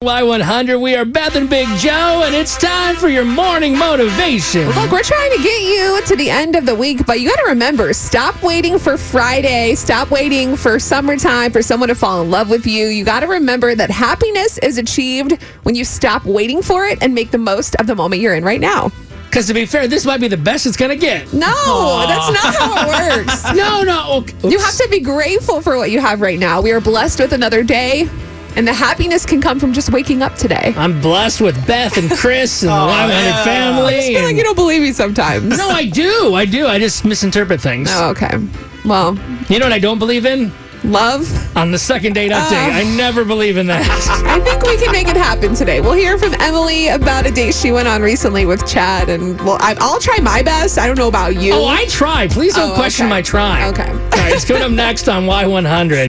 Y100, we are Beth and Big Joe, and it's time for your morning motivation. Look, we're trying to get you to the end of the week, but you got to remember stop waiting for Friday. Stop waiting for summertime for someone to fall in love with you. You got to remember that happiness is achieved when you stop waiting for it and make the most of the moment you're in right now. Because to be fair, this might be the best it's going to get. No, that's not how it works. No, no. Okay. You have to be grateful for what you have right now. We are blessed with another day, and the happiness can come from just waking up today. I'm blessed with Beth and Chris and the Y100 family. I feel like you don't believe me sometimes. no, I do. I do. I just misinterpret things. Oh, okay. Well, You know what I don't believe in? love. On the second date update. Oh. I never believe in that. I think we can make it happen today. We'll hear from Emily about a date she went on recently with Chad, and well, I, I'll try my best. I don't know about you. oh, I try. Please don't Oh, question okay. my try. Okay. All right, it's coming up next on Y100.